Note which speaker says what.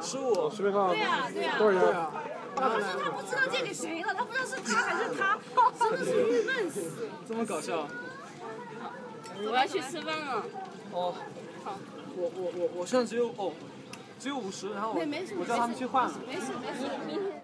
Speaker 1: 随便看看。
Speaker 2: 对呀对呀
Speaker 1: 多少钱？
Speaker 2: 他说他不知道借给谁了，他不知道是他还是他，真的是郁闷死。
Speaker 3: 这么搞笑。
Speaker 2: 我要去吃饭了。
Speaker 3: 哦，我我我我现在只有哦，只有五十，然后我
Speaker 2: 没没什么
Speaker 3: 我叫他们去换了。
Speaker 2: 没事没事。